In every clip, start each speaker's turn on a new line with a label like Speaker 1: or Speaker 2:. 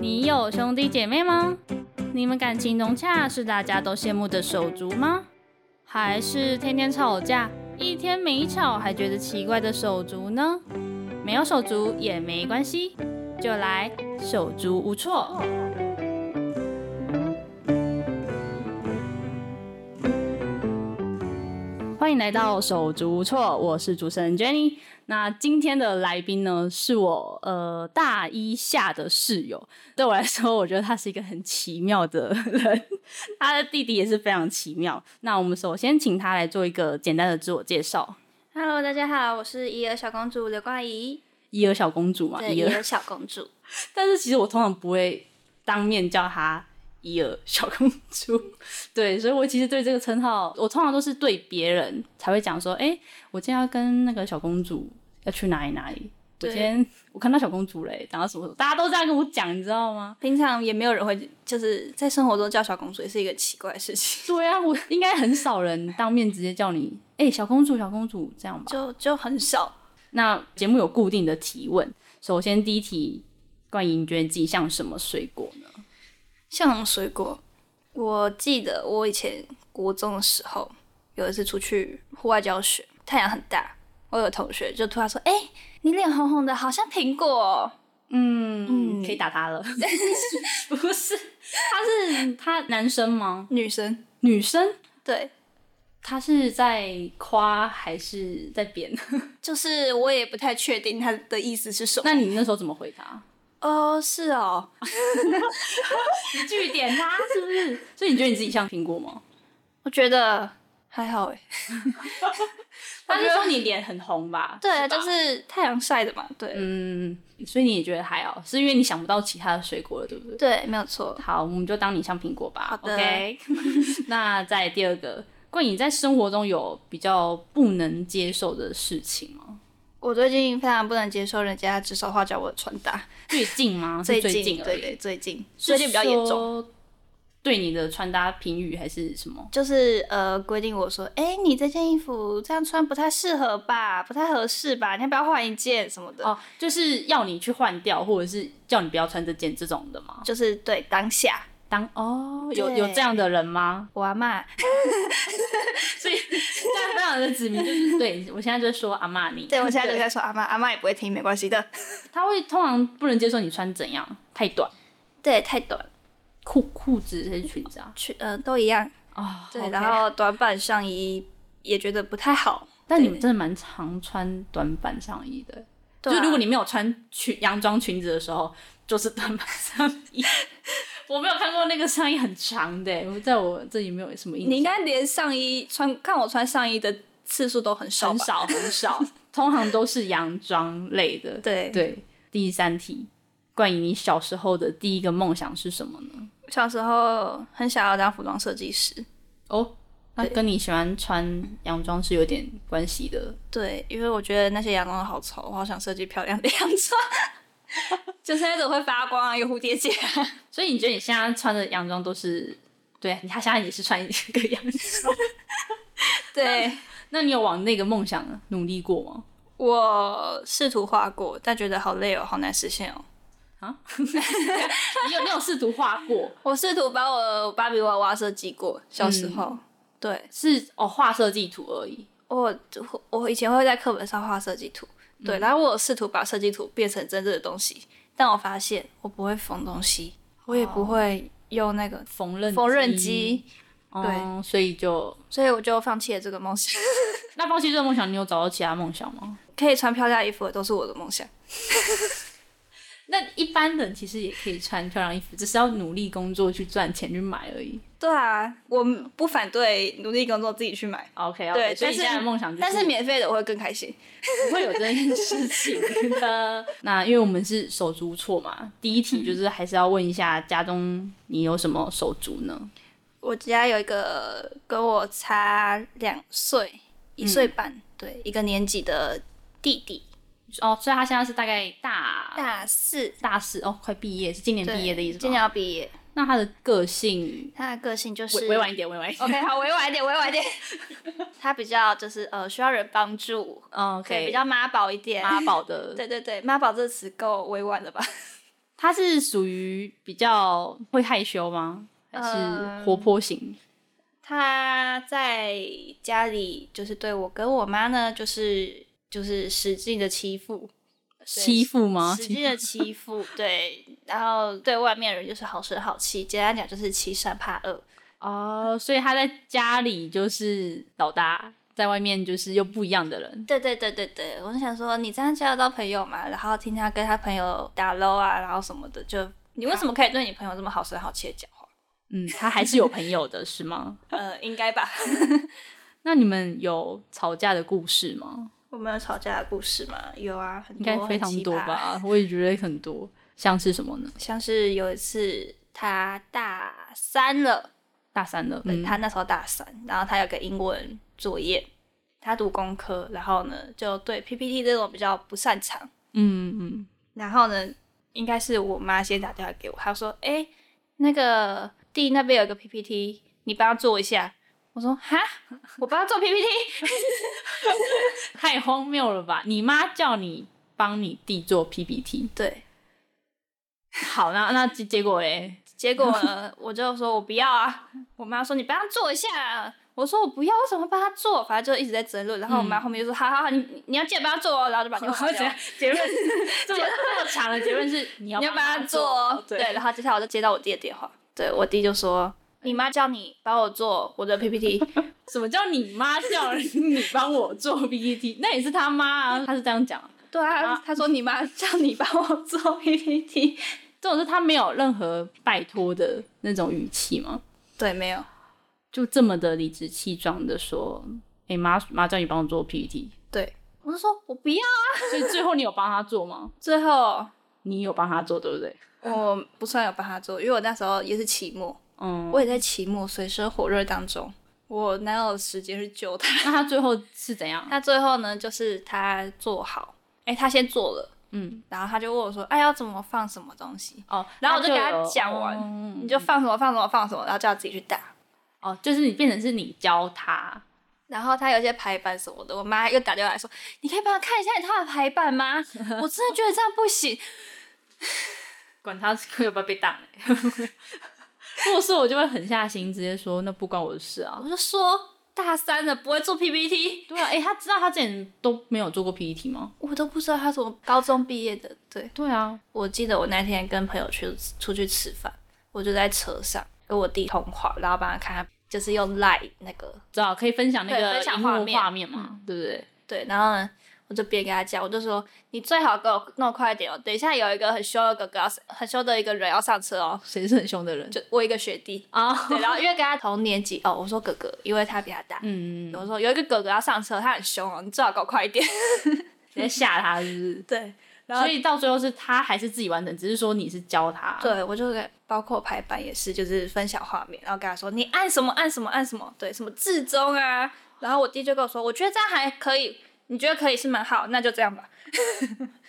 Speaker 1: 你有兄弟姐妹吗？你们感情融洽是大家都羡慕的手足吗？还是天天吵架，一天没吵还觉得奇怪的手足呢？没有手足也没关系，就来手足无措。欢迎来到手足无措，我是主持人 Jenny。那今天的来宾呢，是我呃大一下的室友。对我来说，我觉得他是一个很奇妙的人，他的弟弟也是非常奇妙。那我们首先请他来做一个简单的自我介绍，
Speaker 2: Hello，大家好，我是伊尔小公主刘冠仪，
Speaker 1: 伊尔小公主嘛，
Speaker 2: 对，
Speaker 1: 伊
Speaker 2: 伊
Speaker 1: 尔。
Speaker 2: 尔小公主，
Speaker 1: 但是其实我通常不会当面叫她伊尔小公主，对，所以我其实对这个称号，我通常都是对别人才会讲说，哎、我今天要跟那个小公主要去哪里哪里。我
Speaker 2: 对
Speaker 1: 今天我看到小公主嘞，然后什么什么，大家都这样跟我讲，你知道吗？
Speaker 2: 平常也没有人会就是在生活中叫小公主，也是一个奇怪的事情，
Speaker 1: 对啊，我应该很少人当面直接叫你，哎、小公主，小公主这样吧。
Speaker 2: 就就很少。
Speaker 1: 那节目有固定的提问，首先第一题，冠莹，你觉得你自己像什么水果呢？
Speaker 2: 像水果，我记得我以前国中的时候，有一次出去户外教学，太阳很大，我有同学就突然说：“哎、你脸红红的，好像苹果、哦。
Speaker 1: 嗯，
Speaker 2: 嗯
Speaker 1: 可以打 他了。不是，他是他男生吗”？
Speaker 2: 女生，
Speaker 1: 女生？
Speaker 2: 对，
Speaker 1: 他是在夸还是在贬？
Speaker 2: 就是我也不太确定她的意思是什么。
Speaker 1: 那你那时候怎么回答？
Speaker 2: 哦，是哦，
Speaker 1: 据点他是不是？ 所以你觉得你自己像苹果吗？
Speaker 2: 我觉得还好哎。
Speaker 1: 他是说你脸很红吧？
Speaker 2: 对啊，
Speaker 1: 吧
Speaker 2: 就是太阳晒的嘛。对，
Speaker 1: 嗯，所以你也觉得还好，是因为你想不到其他的水果了，对不对？
Speaker 2: 对，没有错。
Speaker 1: 好，我们就当你像苹果吧。
Speaker 2: 好的
Speaker 1: OK，那在第二个，关于你在生活中有比较不能接受的事情 吗？
Speaker 2: 我最近非常不能接受人家指手画脚我的穿搭，
Speaker 1: 最近吗？是
Speaker 2: 最
Speaker 1: 最
Speaker 2: 近，
Speaker 1: 而已
Speaker 2: 对对，最近最近比较严重，
Speaker 1: 重。对你的穿搭评语还是什么？
Speaker 2: 就是呃规定我说，哎、你这件衣服这样穿不太适合吧，不太合适吧，你要不要换一件什么的？
Speaker 1: 哦，就是要你去换掉，或者是叫你不要穿这件这种的吗？
Speaker 2: 就是对当下，
Speaker 1: 当哦，有
Speaker 2: 对
Speaker 1: 有这样的人吗？
Speaker 2: 我阿妈
Speaker 1: 所以这样非常的指明，就是对我现在就说阿玛尼，
Speaker 2: 对我现在就在说阿妈，阿妈也不会听，没关系的。
Speaker 1: 他会通常不能接受你穿怎样，太短，
Speaker 2: 对，太短，
Speaker 1: 裤裤子还是裙子啊？
Speaker 2: 去呃都一样。
Speaker 1: 啊、
Speaker 2: 对
Speaker 1: OK
Speaker 2: 然后短版上衣也觉得不太好。
Speaker 1: 但你们真的蛮常穿短版上衣的，欸
Speaker 2: 对啊
Speaker 1: 就如果你没有穿裙洋装裙子的时候，就是短版上衣。 我没有看过那个上衣很长的，欸我在我这里没有什么印象。
Speaker 2: 你应该连上衣穿，看我穿上衣的次数都很少
Speaker 1: 很
Speaker 2: 吧？
Speaker 1: 少很少， 通常都是洋装类的。
Speaker 2: 对
Speaker 1: 对，第三题，关于你小时候的第一个梦想是什么呢？
Speaker 2: 小时候很想要当服装设计师，
Speaker 1: 哦，那跟你喜欢穿洋装是有点关系的。
Speaker 2: 对，因为我觉得那些洋装好丑，我好想设计漂亮的洋装， 就是那种会发光啊，有蝴蝶结、啊。
Speaker 1: 所以你觉得你现在穿的洋装都是？对，他现在也是穿一个洋装。
Speaker 2: 对，
Speaker 1: 那你有往那个梦想努力过吗？
Speaker 2: 我试图画过，但觉得好累哦，好难实现哦。
Speaker 1: 你有你有试图画过？
Speaker 2: 我试图把我的芭比娃娃设计过，小时候，对
Speaker 1: 是哦，画设计图而已。
Speaker 2: 我我以前会在课本上画设计图，
Speaker 1: 嗯
Speaker 2: 对，然后我有试图把设计图变成真正的东西，但我发现我不会缝东西，我也不会用那个
Speaker 1: 哦缝纫
Speaker 2: 缝纫机。
Speaker 1: 哦，所以就
Speaker 2: 所以我就放弃了这个梦想。
Speaker 1: 那放弃这个梦想，你有找到其他梦想吗？
Speaker 2: 可以穿漂亮衣服的都是我的梦想。
Speaker 1: 那一般人其实也可以穿漂亮衣服，只是要努力工作去赚钱去买而已。
Speaker 2: 对啊，我不反对努力工作自己去买。
Speaker 1: OK，,
Speaker 2: 对，
Speaker 1: 啊所以
Speaker 2: 但
Speaker 1: 你
Speaker 2: 是
Speaker 1: 现在的梦想就
Speaker 2: 但
Speaker 1: 是
Speaker 2: 是免费的我会更开心。
Speaker 1: 不会有这 件事情的。那因为我们是手足无措嘛，第一题就是还是要问一下家中你有什么手足呢？
Speaker 2: 我家有一个跟我差两岁，
Speaker 1: 嗯
Speaker 2: 一岁半，对，一个年级的弟弟，
Speaker 1: 哦，所以他现在是大概大
Speaker 2: 大四，
Speaker 1: 大四哦，快毕业，是今年
Speaker 2: 对
Speaker 1: 毕业的意思
Speaker 2: 今
Speaker 1: 吗？
Speaker 2: 年要毕业。
Speaker 1: 那他的个性
Speaker 2: 哦他的个性就是哦
Speaker 1: 委委婉一点，委婉一点。
Speaker 2: OK，好，委婉一点，委婉一点。他比较就是呃需要人帮助，
Speaker 1: 嗯，
Speaker 2: 对，
Speaker 1: OK，
Speaker 2: 比较妈宝一点。
Speaker 1: 妈宝的。
Speaker 2: 对对对，妈宝这个词够委婉了吧？
Speaker 1: 他是属于比较会害羞吗？还
Speaker 2: 呃
Speaker 1: 是活泼型？
Speaker 2: 他在家里就是对我跟我妈呢，就是就是使劲的欺负，
Speaker 1: 欺负吗？
Speaker 2: 使劲的欺负，对，然后对外面人就是好声好气，简单讲就是欺善怕恶。
Speaker 1: 哦，所以他在家里就是老大，在外面就是又不一样的人。
Speaker 2: 对对对对对，我就想说你这样交得到朋友嘛，然后听他跟他朋友打 low 啊，然后什么的，就你为什么可以对你朋友这么好声好气的讲话？
Speaker 1: 嗯，他还是有朋友的，是吗？
Speaker 2: 呃，应该吧。
Speaker 1: 那你们有吵架的故事吗？
Speaker 2: 我们有吵架的故事吗？有啊，很
Speaker 1: 应该非常多吧？我也觉得很多。像是什么呢？
Speaker 2: 像是有一次他大三了，
Speaker 1: 大三了，
Speaker 2: 对
Speaker 1: 嗯
Speaker 2: 他那时候大三，然后他有个英文作业，他读工科，然后呢就对 PPT 这种比较不擅长，
Speaker 1: 嗯嗯，
Speaker 2: 然后呢应该是我妈先打电话给我，她说：“哎、那个弟那边有个 PPT，你帮他做一下。”我说：“哈，我帮他做 PPT。
Speaker 1: 太荒谬了吧！你妈叫你帮你弟做 PPT，”
Speaker 2: 对，
Speaker 1: 好，那那结结果嘞？
Speaker 2: 结果呢，我就说我不要啊。我妈说你帮他做一下、啊，我说我不要，为什么帮他做？反正就一直在争论。然后我
Speaker 1: 嗯
Speaker 2: 妈后面就说，好好好，你你你要记得帮他做哦，然后就把电话挂掉。
Speaker 1: 结论这么这么长的结论 是你要
Speaker 2: 你要帮
Speaker 1: 他
Speaker 2: 他做哦，对。然后接下来我就接到我弟的电话，对我弟就说，你妈叫你帮我做我的 PPT，
Speaker 1: 什么叫你妈叫 你帮我做 PPT？那也是他妈啊，他是这样讲啊。
Speaker 2: 对啊，他说你妈叫你帮我做 PPT，
Speaker 1: 这种是他没有任何拜托的那种语气吗？
Speaker 2: 对，没有，
Speaker 1: 就这么的理直气壮的说：“哎、妈妈叫你帮我做 PPT。
Speaker 2: 对，我就说我不要。”
Speaker 1: 所以最后你有帮他做吗？
Speaker 2: 最后
Speaker 1: 你有帮他做对不对？
Speaker 2: 我不算有帮他做，因为我那时候也是期末，
Speaker 1: 嗯，
Speaker 2: 我也在期末水深火热当中，我哪有时间去救他？
Speaker 1: 那他最后是怎样？
Speaker 2: 他最后呢，就是他做好，哎、他先做了，
Speaker 1: 嗯，
Speaker 2: 然后他就问我说，哎、要怎么放什么东西？
Speaker 1: 哦，
Speaker 2: 然后我就给
Speaker 1: 有
Speaker 2: 他讲完，
Speaker 1: 嗯
Speaker 2: 你就放什么放什么放什么，然后叫他自己去打。
Speaker 1: 哦，就是你变成是你教他，
Speaker 2: 然后他有一些排版什么的，我妈又打电话来说，你可以帮他看一下他的排版吗？ 我真的觉得这样不行。
Speaker 1: 管他 会不会被打、 如果是我就会狠下心，直接说那不关我的事啊。
Speaker 2: 我就说大三了不会做 PPT，
Speaker 1: 对啊，哎、他知道他之前都没有做过 PPT 吗？
Speaker 2: 我都不知道他怎么高中毕业的。对，
Speaker 1: 对啊，
Speaker 2: 我记得我那天跟朋友去出去吃饭，我就在车上跟我弟通话，然后帮他看他就是用 Line 那个
Speaker 1: 知道可以分享那
Speaker 2: 对
Speaker 1: 个
Speaker 2: 分享
Speaker 1: 荧幕
Speaker 2: 画面
Speaker 1: 画面嗯嘛，对不对？
Speaker 2: 对，然后呢，我就边跟他讲，我就说你最好给我弄快一点哦，等一下有一个很凶的哥哥要很凶的一个人要上车哦，
Speaker 1: 谁是很凶的人？
Speaker 2: 就我一个学弟，
Speaker 1: 啊，
Speaker 2: 对，然后因为跟他同年级哦，我说哥哥，因为他比他大，
Speaker 1: 嗯，
Speaker 2: 我说有一个哥哥要上车，他很凶哦，你最好给我快一点。
Speaker 1: 直接吓他是不 是？
Speaker 2: 对，然后
Speaker 1: 所以到最后是他还是自己完成，只是说你是教他。，
Speaker 2: 对我就给包括排版也是，就是分享画面，然后跟他说你按什么按什么按什么，对，什么至中啊，然后我弟就跟我说，我觉得这样还可以，你觉得可以是蛮好，那就这样 吧。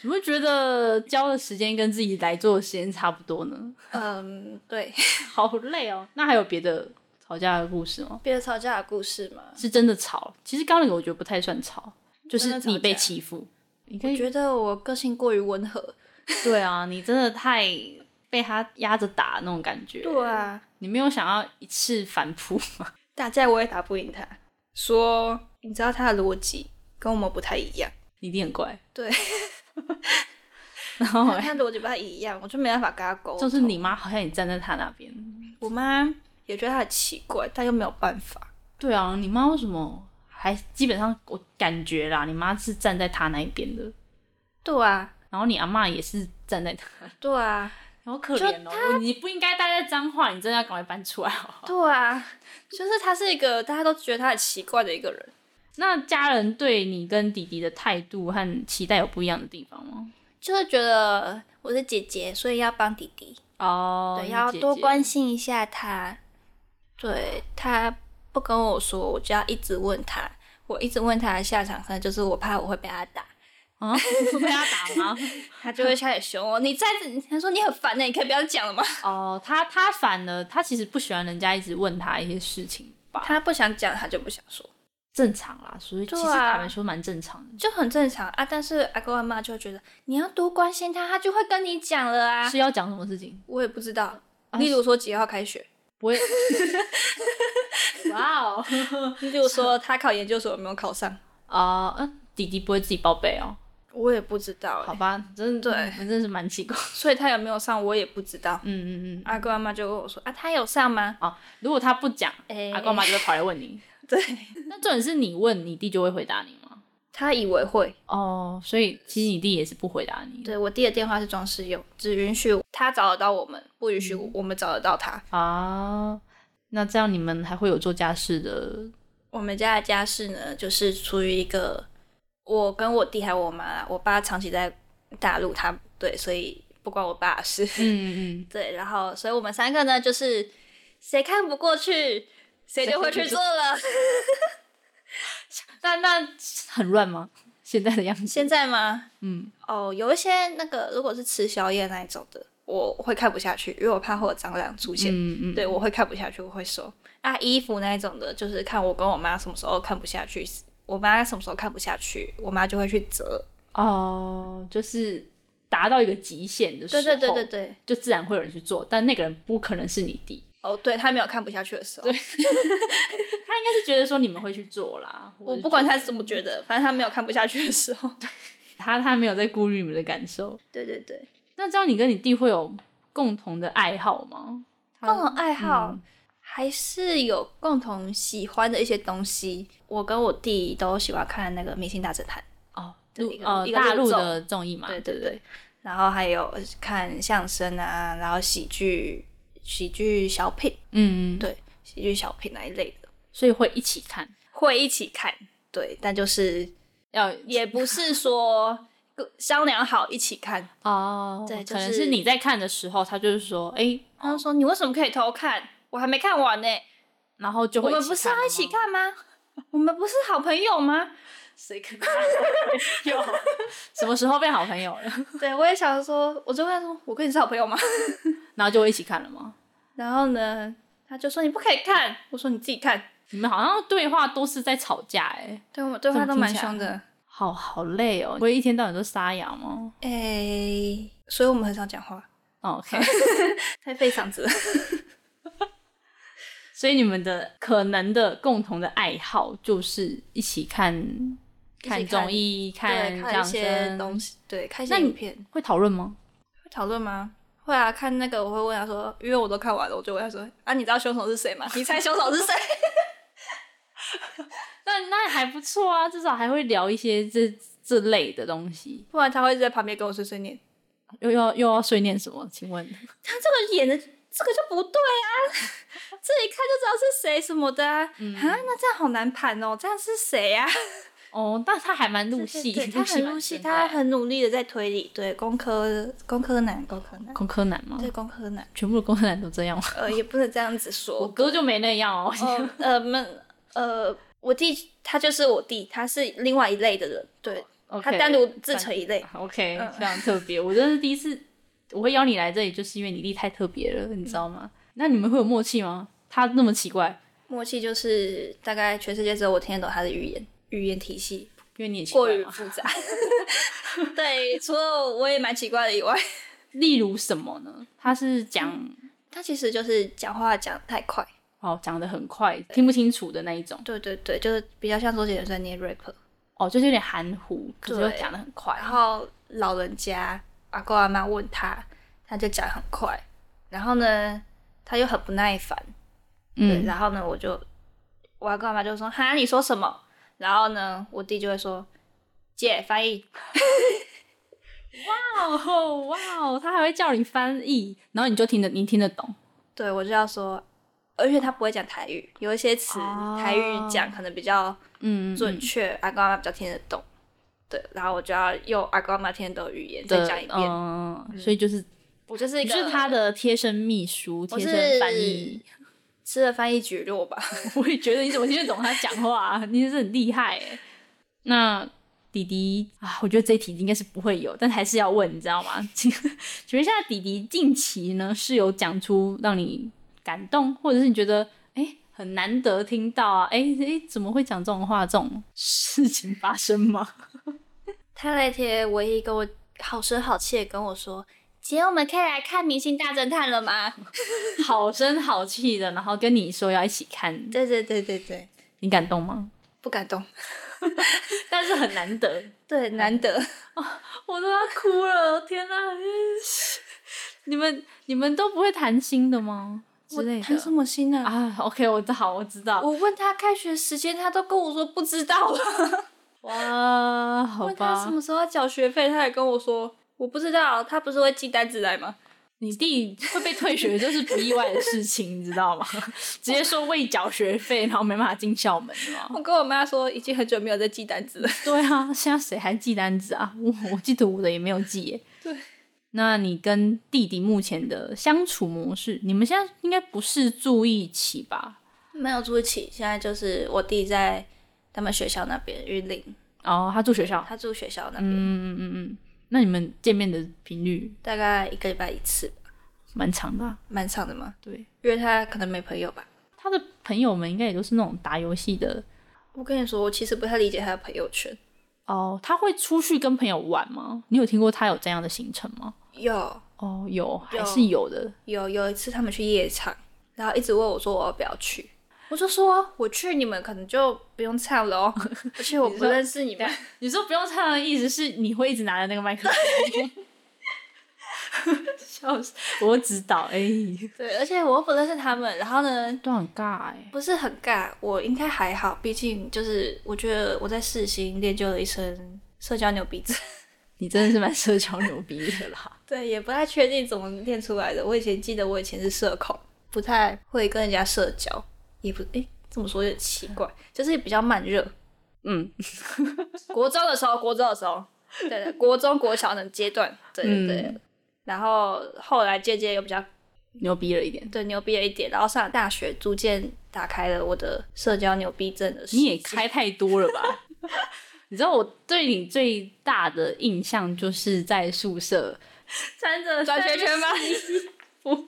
Speaker 1: 你会觉得教的时间跟自己来做的时间差不多呢？
Speaker 2: 嗯，对，
Speaker 1: 好累哦。那还有别的吵架的故事吗？
Speaker 2: 别的吵架的故事嘛，
Speaker 1: 是真的吵。其实刚刚那个我觉得不太算吵，就是
Speaker 2: 真的吵
Speaker 1: 你被
Speaker 2: 架
Speaker 1: 欺负，你可以
Speaker 2: 觉得我个性过于温和。
Speaker 1: 对啊，你真的太被他压着打那种感觉。
Speaker 2: 对，啊，
Speaker 1: 你没有想要一次反扑吗？
Speaker 2: 打架我也打不赢他。说，你知道他的逻辑跟我们不太一样，
Speaker 1: 你一定很乖。
Speaker 2: 对，
Speaker 1: 然后
Speaker 2: 他的逻辑不太一样，我就没办法跟他沟通。
Speaker 1: 哦就是你妈好像也站在他那边。
Speaker 2: 我妈也觉得他很奇怪，但又没有办法。
Speaker 1: 对啊，你妈为什么还基本上我感觉啦，你妈是站在他那一边的，
Speaker 2: 对啊，
Speaker 1: 然后你阿嬷也是站在他，
Speaker 2: 对啊，
Speaker 1: 好可怜哦、你不应该待在彰化，你真的要赶快搬出来哦好不好？
Speaker 2: 对啊，就是他是一个大家都觉得他很奇怪的一个人。
Speaker 1: 那家人对你跟弟弟的态度和期待有不一样的地方吗？
Speaker 2: 就是觉得我是姐姐，所以要帮弟弟，
Speaker 1: 哦
Speaker 2: 对，要多关心一下他。对他不跟我说，我就要一直问他。我一直问他的下场，可能就是我怕我会被他打，
Speaker 1: 啊， 被他打吗？
Speaker 2: 他就会开始凶我。你再次，他说你很烦呢、欸你可以不要讲了吗？
Speaker 1: 哦，他他反而他其实不喜欢人家一直问他一些事情吧？
Speaker 2: 他不想讲，他就不想说。
Speaker 1: 正常啦，所以其
Speaker 2: 对
Speaker 1: 实
Speaker 2: 啊
Speaker 1: 坦白说蛮正常的。
Speaker 2: 就很正常啊。但是阿公阿妈就会觉得你要多关心他，他就会跟你讲了啊。
Speaker 1: 是要讲什么事情？
Speaker 2: 我也不知道，
Speaker 1: 啊
Speaker 2: 例如说几号开学，
Speaker 1: 不 会。哇哦！
Speaker 2: 例如说他考研究所有没有考上，
Speaker 1: 啊，嗯，弟弟不会自己报备哦。
Speaker 2: 我也不知道、欸
Speaker 1: 好吧，真的，
Speaker 2: 对
Speaker 1: 嗯真的是蛮奇怪。
Speaker 2: 所以他有没有上我也不知道。
Speaker 1: 嗯嗯嗯。
Speaker 2: 阿公阿妈就问我说啊，他有上吗？
Speaker 1: 哦，如果他不讲，
Speaker 2: 哎
Speaker 1: 阿公妈就会跑来问你。
Speaker 2: 对，
Speaker 1: 那重点是你问你弟就会回答你吗？
Speaker 2: 他以为会。
Speaker 1: 哦，所以其实你弟也是不回答你的
Speaker 2: 对我弟的电话是装饰用，只允许他找得到我们，不允许我们找得到他。
Speaker 1: 啊。那这样你们还会有做家事的？
Speaker 2: 我们家的家事呢，就是处于一个我跟我弟还有我妈啦，我爸长期在大陆，他对，所以不关我爸的事。
Speaker 1: 嗯嗯
Speaker 2: 对，然后所以我们三个呢，就是谁看不过去，谁就会去做了。
Speaker 1: 嗯。那那很乱吗？现在的样子？
Speaker 2: 现在吗？
Speaker 1: 嗯，
Speaker 2: 哦，有一些那个如果是吃宵夜那一种的，我会看不下去，因为我怕会有蟑螂出现。
Speaker 1: 嗯嗯，
Speaker 2: 对，我会看不下去，我会收。啊，衣服那一种的，就是看我跟我妈什么时候看不下去，我妈什么时候看不下去，我妈就会去折。
Speaker 1: 哦，就是达到一个极限的时
Speaker 2: 对
Speaker 1: 候，
Speaker 2: 对对对，对，
Speaker 1: 就自然会有人去做，但那个人不可能是你弟，
Speaker 2: 哦，对她没有看不下去的时候，
Speaker 1: 他应该是觉得说你们会去做啦。
Speaker 2: 我不管她怎么觉得，反正她没有看不下去的时 候。
Speaker 1: 他，他没有在顾虑你们的感受。
Speaker 2: 对对对，
Speaker 1: 那这样你跟你弟会有共同的爱好吗？
Speaker 2: 共同爱好、嗯还是有共同喜欢的一些东西。我跟我弟都喜欢看那个《明星大侦探》，
Speaker 1: 哦，
Speaker 2: 对
Speaker 1: 陆
Speaker 2: 一个
Speaker 1: 呃
Speaker 2: 一个
Speaker 1: 大
Speaker 2: 陆
Speaker 1: 陆
Speaker 2: 综
Speaker 1: 的综艺嘛，
Speaker 2: 对对
Speaker 1: 不
Speaker 2: 对，，然后还有看相声啊，然后喜剧、喜剧小品。
Speaker 1: 嗯，
Speaker 2: 对，喜剧小品那一类的，
Speaker 1: 所以会一起看，
Speaker 2: 会一起看，对，但就是
Speaker 1: 要
Speaker 2: 也不是说商量好一起看。
Speaker 1: 哦，
Speaker 2: 对就
Speaker 1: 可能是
Speaker 2: 是
Speaker 1: 你在看的时候，他就是说，哎，
Speaker 2: 他就说：“你为什么可以偷看？我还没看完呢、
Speaker 1: 然后就
Speaker 2: 我
Speaker 1: 会
Speaker 2: 们不是要一起
Speaker 1: 看了吗。
Speaker 2: 看吗？我们不是好朋友吗
Speaker 1: 谁跟他好朋友？什么时候变好朋友了？？”
Speaker 2: 对，我也想说，我就问他说：“我跟你是好朋友吗
Speaker 1: 然后就会一起看了吗？？”
Speaker 2: 然后呢，他就说：“你不可以看。”我说：“你自己看。
Speaker 1: 你们好像对话都是在吵架、哎，”
Speaker 2: 对，我们对话
Speaker 1: 这
Speaker 2: 都
Speaker 1: 么
Speaker 2: 蛮
Speaker 1: 听起来
Speaker 2: 凶的。
Speaker 1: 好好累哦，不会一天到晚都沙哑吗
Speaker 2: 哎、所以我们很少讲话，
Speaker 1: 哦？OK，
Speaker 2: 太费嗓子了。
Speaker 1: 所以你们的可能的共同的爱好就是一起看
Speaker 2: 起
Speaker 1: 看
Speaker 2: 看
Speaker 1: 综艺、
Speaker 2: 对，看一
Speaker 1: 相
Speaker 2: 些
Speaker 1: 声，
Speaker 2: 东西，对，看一
Speaker 1: 那
Speaker 2: 些
Speaker 1: 你
Speaker 2: 影片。
Speaker 1: 会讨论吗？
Speaker 2: 会讨论吗？会啊，看那个我会问他说，因为我都看完了，我就问他说啊，你知道凶手是谁吗？你猜凶手是谁？
Speaker 1: 那那还不错啊，至少还会聊一些这这类的东西。
Speaker 2: 不然他会一直在旁边跟我碎碎念，
Speaker 1: 又要又要碎念什么？请问，
Speaker 2: 他这个演的这个就不对啊， 这一看就知道是谁什么的啊，啊，
Speaker 1: 嗯
Speaker 2: 那这样好难盘哦，这样是谁啊？
Speaker 1: 哦，那他还蛮入戏，
Speaker 2: 对对对他很入
Speaker 1: 蛮
Speaker 2: 戏，
Speaker 1: 深的
Speaker 2: 他很努力的在推理，对，工科工科男，工科男，
Speaker 1: 工科男吗？
Speaker 2: 对，工科男，
Speaker 1: 全部的工科男都这样吗？
Speaker 2: 呃，也不能这样子
Speaker 1: 我
Speaker 2: 说，
Speaker 1: 哥就没那样哦。
Speaker 2: 哦，呃，没，呃，我弟他就是我弟，他是另外一类的人，对。
Speaker 1: 哦 OK，
Speaker 2: 他单独自成一类，
Speaker 1: OK，非常特别。我真的是第一次，我会邀你来这里，就是因为你弟太特别了，你知道吗？那你们会有默契吗？他那么奇怪，
Speaker 2: 默契就是大概全世界只有我听得懂他的语言，语言体系
Speaker 1: 因为你也奇
Speaker 2: 过
Speaker 1: 怪
Speaker 2: 于
Speaker 1: 嘛。
Speaker 2: 复杂。 对，除了我也蛮奇怪的以外，
Speaker 1: 例如什么呢？他是讲
Speaker 2: 他其实就是讲话讲太快。
Speaker 1: 哦，讲的很快，听不清楚的那一种，
Speaker 2: 对对对，就是比较像周杰伦在念 rap，
Speaker 1: 哦，就是有点含糊，可是又
Speaker 2: 对
Speaker 1: 讲的很快
Speaker 2: 然。后老人家阿公阿妈问他，他就讲很快，然后呢他又很不耐烦，对，
Speaker 1: 嗯，
Speaker 2: 然后呢，我就我要跟我妈就说哈，你说什么？然后呢，我弟就会说姐翻译，
Speaker 1: 哦哇哦，他还会叫你翻译，然后你就听得你听得懂。
Speaker 2: 对我就要说，而且他不会讲台语，有一些词、
Speaker 1: 哦
Speaker 2: 台语讲可能比较
Speaker 1: 嗯，
Speaker 2: 准确，阿公阿妈比较听得懂。对，然后我就要用阿公阿妈听得懂的语言再
Speaker 1: 的
Speaker 2: 讲一遍。
Speaker 1: 嗯，所以就是
Speaker 2: 我就是
Speaker 1: 你
Speaker 2: 一个
Speaker 1: 是他的贴身秘书、贴
Speaker 2: 是
Speaker 1: 身翻译。
Speaker 2: 吃了翻译橘络吧。
Speaker 1: 我也觉得你怎么听得懂他讲话、啊？ 你真是很厉害哎。那弟弟啊，我觉得这一题应该是不会有，但还是要问，你知道吗？ 请请问一下，弟弟近期呢是有讲出让你感动，或者是你觉得哎、很难得听到啊，哎、哎、怎么会讲这种话？这种事情发生吗？
Speaker 2: 他那天唯一跟我好声好气的跟我说：“姐，我们可以来看《明星大侦探》了吗，
Speaker 1: 好声好气的，然后跟你说要一起看？”
Speaker 2: 对对对对对，
Speaker 1: 你感动吗？
Speaker 2: 不敢动，
Speaker 1: 但是很难得，
Speaker 2: 对，难得。
Speaker 1: 我都要哭了，天哪！你们你们都不会谈心的吗？之类
Speaker 2: 谈什
Speaker 1: 的
Speaker 2: 么心啊？
Speaker 1: 啊？OK，我好，我知道。
Speaker 2: 我问他开学时间，他都跟我说不知道啊。
Speaker 1: 哇，好
Speaker 2: 问他什
Speaker 1: 吧，
Speaker 2: 么时候要缴学费，他也跟我说我不知道。他不是会寄单子来吗？
Speaker 1: 你弟会被退学就是不意外的事情，你 知道吗？直接说未缴学费，然后没办法进校门了。
Speaker 2: 我跟我妈说，已经很久没有在寄单子了。
Speaker 1: 对啊，现在谁还寄单子啊？我我记得我的也没有寄耶。
Speaker 2: 对，
Speaker 1: 那你跟弟弟目前的相处模式，你们现在应该不是住一起吧？
Speaker 2: 没有住一起，现在就是我弟在他们学校那边云林，
Speaker 1: 哦，他住学校。
Speaker 2: 他住学校那
Speaker 1: 嗯
Speaker 2: 边，
Speaker 1: 嗯嗯嗯，那你们见面的频率
Speaker 2: 大概一个礼拜一次吧，
Speaker 1: 蛮长的啊、
Speaker 2: 蛮长的嘛。
Speaker 1: 对，
Speaker 2: 因为他可能没朋友吧。
Speaker 1: 他的朋友们应该也都是那种打游戏的。
Speaker 2: 我跟你说，我其实不太理解他的朋友圈。
Speaker 1: 哦，他会出去跟朋友玩吗？你有听过他有这样的行程吗？
Speaker 2: 有
Speaker 1: 哦，有，还
Speaker 2: 有
Speaker 1: 是有的。
Speaker 2: 有有一次他们去夜场，然后一直问我说我要不要去，我就说我去你们可能就不用唱了哦， 而且我不认识你们。
Speaker 1: 你说不用唱的意思是你会一直拿着那个麦克风。 笑死！我知道，哎、
Speaker 2: 对，而且我又不认识他们，然后呢，
Speaker 1: 都很尬哎、
Speaker 2: 不是很尬，我应该还好，毕竟就是我觉得我在世新练就了一身社交牛鼻子。
Speaker 1: 你真的是蛮社交牛逼的啦。
Speaker 2: 对，也不太确定怎么练出来的。我以前记得我以前是社恐，不太会跟人家社交，也不诶，这么说有点奇怪，就是比较慢热。
Speaker 3: 嗯，
Speaker 2: 国中的时候，国中的时候，对对，国中国小的阶段，对对对。
Speaker 1: 嗯
Speaker 2: 然后后来渐渐又比较
Speaker 1: 牛逼了一点，
Speaker 2: 对牛逼了一点，然后上大学逐渐打开了我的社交牛逼症的世界。
Speaker 1: 你也开太多了吧？ 你知道我对你最大的印象就是在宿舍穿着
Speaker 2: 转圈圈吗
Speaker 1: 三 明治？我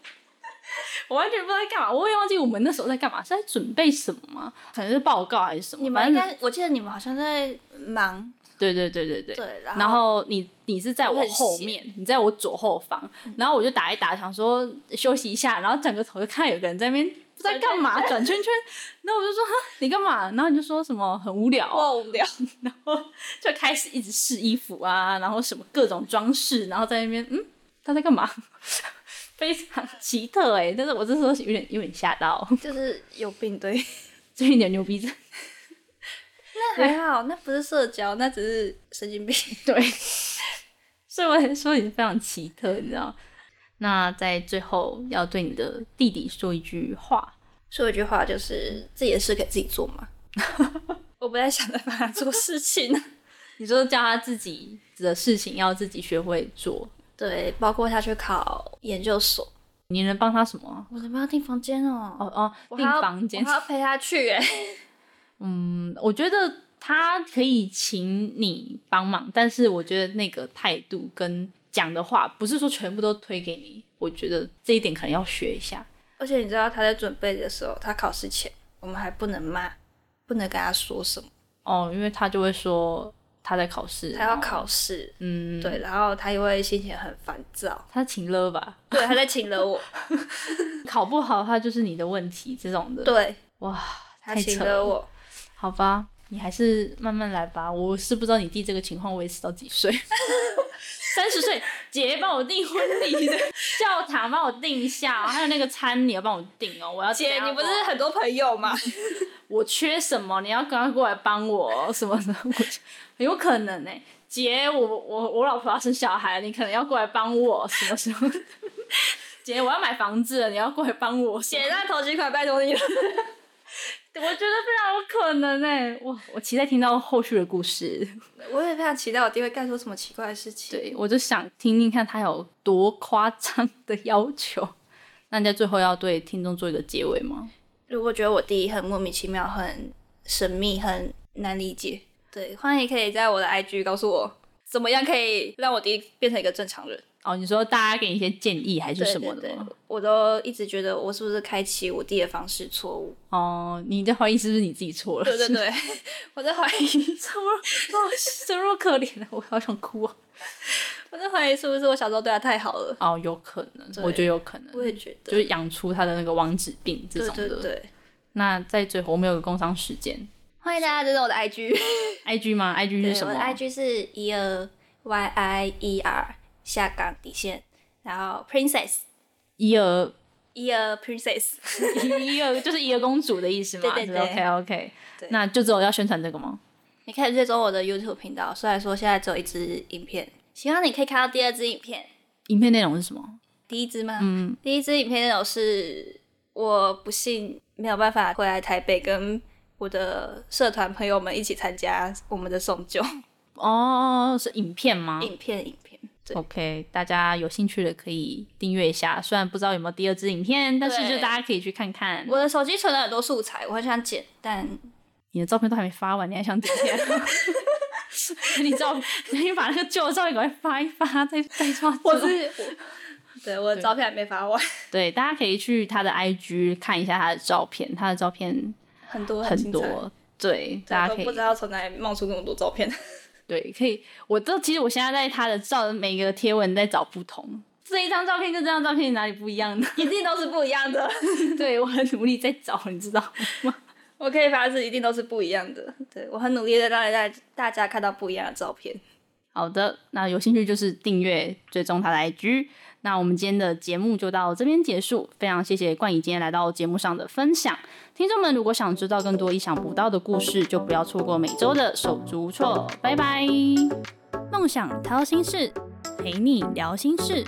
Speaker 1: 我完全不知道在干嘛，我也忘记我们那时候在干嘛，是在准备什么吗？可能是报告还是什么？
Speaker 2: 你们
Speaker 1: 反
Speaker 2: 应
Speaker 1: 正
Speaker 2: 该，我记得你们好像在忙，
Speaker 1: 对对对对对。
Speaker 2: 对，
Speaker 1: 然后你你是在
Speaker 2: 我
Speaker 1: 我
Speaker 2: 很
Speaker 1: 后
Speaker 2: 闲嗯
Speaker 1: 面，你在我左后方，然后我就打一打，想说休息一下，然后转个头就看到有个人在那边不知道干嘛转圈圈， 然后我就说哈你干嘛？然后你就说什么很无聊哦、
Speaker 2: 我无聊，
Speaker 1: 然后就开始一直试衣服啊，然后什么各种装饰，然后在那边嗯，他在干嘛？ 非常奇特哎、但是我这时候有点有点吓到，
Speaker 2: 就是有病对。
Speaker 1: 这一点牛逼症。
Speaker 2: 还好， 那不是社交，那只是神经病。
Speaker 1: 对， 所以我才说你非常奇特，你知道。那在最后要对你的弟弟说一句话，
Speaker 2: 说一句话就是自己的事给自己做 嘛。我不太想再帮他做事情了。
Speaker 1: 你说叫他自己的事情要自己学会做，
Speaker 2: 对，包括他去考研究所，
Speaker 1: 你能帮他什么啊？
Speaker 2: 我能帮他订房间哦。
Speaker 1: 哦哦，
Speaker 2: 我
Speaker 1: 订
Speaker 2: 还要
Speaker 1: 房间
Speaker 2: 我还。要陪他去 哎、
Speaker 1: 嗯，我觉得他可以请你帮忙，但是我觉得那个态度跟讲的话，不是说全部都推给你。我觉得这一点可能要学一下。
Speaker 2: 而且你知道他在准备的时候，他考试前我们还不能骂，不能跟他说什么，
Speaker 1: 哦，因为他就会说他在考试，
Speaker 2: 他要考，试。
Speaker 1: 嗯，
Speaker 2: 对，然后他因为心情很烦躁，
Speaker 1: 他请了吧？
Speaker 2: 对，他在请了我，
Speaker 1: 考不好，它就是你的问题这种的。，
Speaker 2: 对
Speaker 1: 哇，
Speaker 2: 他
Speaker 1: 太
Speaker 2: 请
Speaker 1: 扯
Speaker 2: 了我，
Speaker 1: 好吧，你还是慢慢来吧。我是不知道你弟这个情况维持到几岁， 三十岁，姐帮我订婚礼 的教堂帮我订一下、哦，还有那个餐你要帮我订哦，我要怎
Speaker 2: 姐，
Speaker 1: 样
Speaker 2: 你不是
Speaker 1: 哦
Speaker 2: 很多朋友吗？
Speaker 1: 我缺什么，你要赶快过来帮我哦什 么的，我很有可能呢、姐，我我我老婆要生小孩，你可能要过来帮我什么时候？ 姐，我要买房子了，你要过来帮我。姐
Speaker 2: 姐，那投几款拜托你了。
Speaker 1: 我觉得非常有可能哎、我我期待听到后续的故事。
Speaker 2: 我也非常期待我弟会干出什么奇怪的事情。
Speaker 1: 对，我就想听听看他有多夸张的要求。 那你在最后要对听众做一个结尾吗？
Speaker 2: 如果觉得我弟很莫名其妙、很神秘、很难理解，对，欢迎可以在我的 IG 告诉我。怎么样可以让我弟变成一个正常人？
Speaker 1: 哦，你说大家给你一些建议还是什么的吗？
Speaker 2: 对对对我都一直觉得我是不是开启我弟的方式错 误？
Speaker 1: 哦，你在怀疑是不是你自己错了？
Speaker 2: 对对对，我在怀疑，
Speaker 4: 这么这么可怜的，我好想哭啊！
Speaker 2: 我在怀疑是不是我小时候对他太好了？
Speaker 1: 哦，有可能，我觉得有可能，
Speaker 2: 我也觉
Speaker 1: 就
Speaker 2: 得，
Speaker 1: 是养出他的那个王子病这
Speaker 2: 对
Speaker 1: 种的。
Speaker 2: 对对。
Speaker 1: 那在最后，我们有个工商时间
Speaker 2: 欢迎大家追踪我的 IG，
Speaker 1: ，IG 吗？IG 是
Speaker 2: 对
Speaker 1: 什么
Speaker 2: 我的 IG 是一二 Y I E R 下港底线，然后 Princess
Speaker 1: 伊儿，
Speaker 2: 一二 Princess，
Speaker 1: 伊儿就是伊儿公主的意思嘛？
Speaker 2: 对对对
Speaker 1: o k OK，
Speaker 2: 对
Speaker 1: 那就只有要宣传这个吗？
Speaker 2: 你可以追踪我的 YouTube 频道，虽然说现在只有一支影片，希望你可以看到第二支影片。
Speaker 1: 影片内容是什么？
Speaker 2: 第一支吗？
Speaker 1: 嗯，
Speaker 2: 第一支影片内容是我不幸没有办法回来台北，跟我的社团朋友们一起参加我们的送酒、
Speaker 1: 哦，是影片吗？
Speaker 2: 影片，影片。对
Speaker 1: OK，大家有兴趣的可以订阅一下，虽然不知道有没有第二支影片，但是
Speaker 2: 对
Speaker 1: 就大家可以去看看。
Speaker 2: 我的手机存了很多素材，我很想剪，但
Speaker 1: 你的照片都还没发完，你还想怎样？你照，你把那个旧的照片赶快发一发，再再发。
Speaker 2: 我是我， 对我的照片还没发完，
Speaker 1: 对，大家可以去他的 IG 看一下他的照片，他的照片
Speaker 2: 很多
Speaker 1: 很
Speaker 2: 精彩
Speaker 1: 多。对，
Speaker 2: 对
Speaker 1: 大家
Speaker 2: 都
Speaker 1: 可
Speaker 2: 不知
Speaker 1: 以
Speaker 2: 道从哪里冒出那么多照片。
Speaker 1: 对可以。我都其实我现在在他的照每个贴文在找不同，这一张照片跟这张照片哪里不一样 呢？
Speaker 2: 一定都是不一样的，
Speaker 1: 对我很努力在找，你知道吗？
Speaker 2: 我可以发誓，一定都是不一样的。对我很努力的让大家大家看到不一样的照片。
Speaker 1: 好的，那有兴趣就是订阅追踪他的 IG。那我们今天的节目就到这边结束，非常谢谢冠以今天来到节目上的分享。听众们如果想知道更多意想不到的故事，就不要错过每周的手足无措。拜拜，梦想掏心事，陪你聊心事。